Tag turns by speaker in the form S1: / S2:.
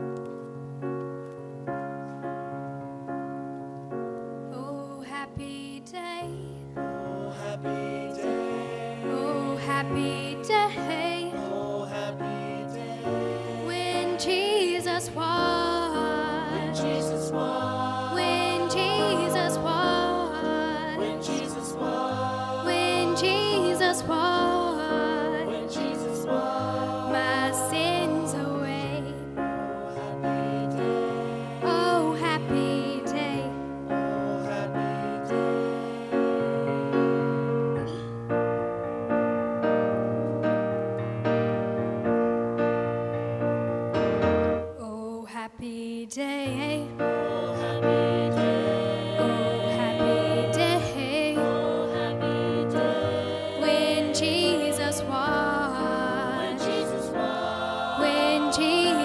S1: Oh, Oh, Jesus was.
S2: Jesus was.
S1: When Jesus was.
S2: When Jesus was.
S1: When Jesus was.
S2: When Jesus was.
S1: My sins away.
S2: Oh, happy day.
S1: Oh, happy day.
S2: Oh, happy day.
S1: Oh, happy day.
S2: Oh, happy day.
S1: Oh, happy day.
S2: Oh, happy day.
S1: When Jesus
S2: When
S1: was.
S2: Jesus was.
S1: When Jesus Oh, Oh, Oh, Oh, Oh, Oh, Oh, Oh, Oh, Oh,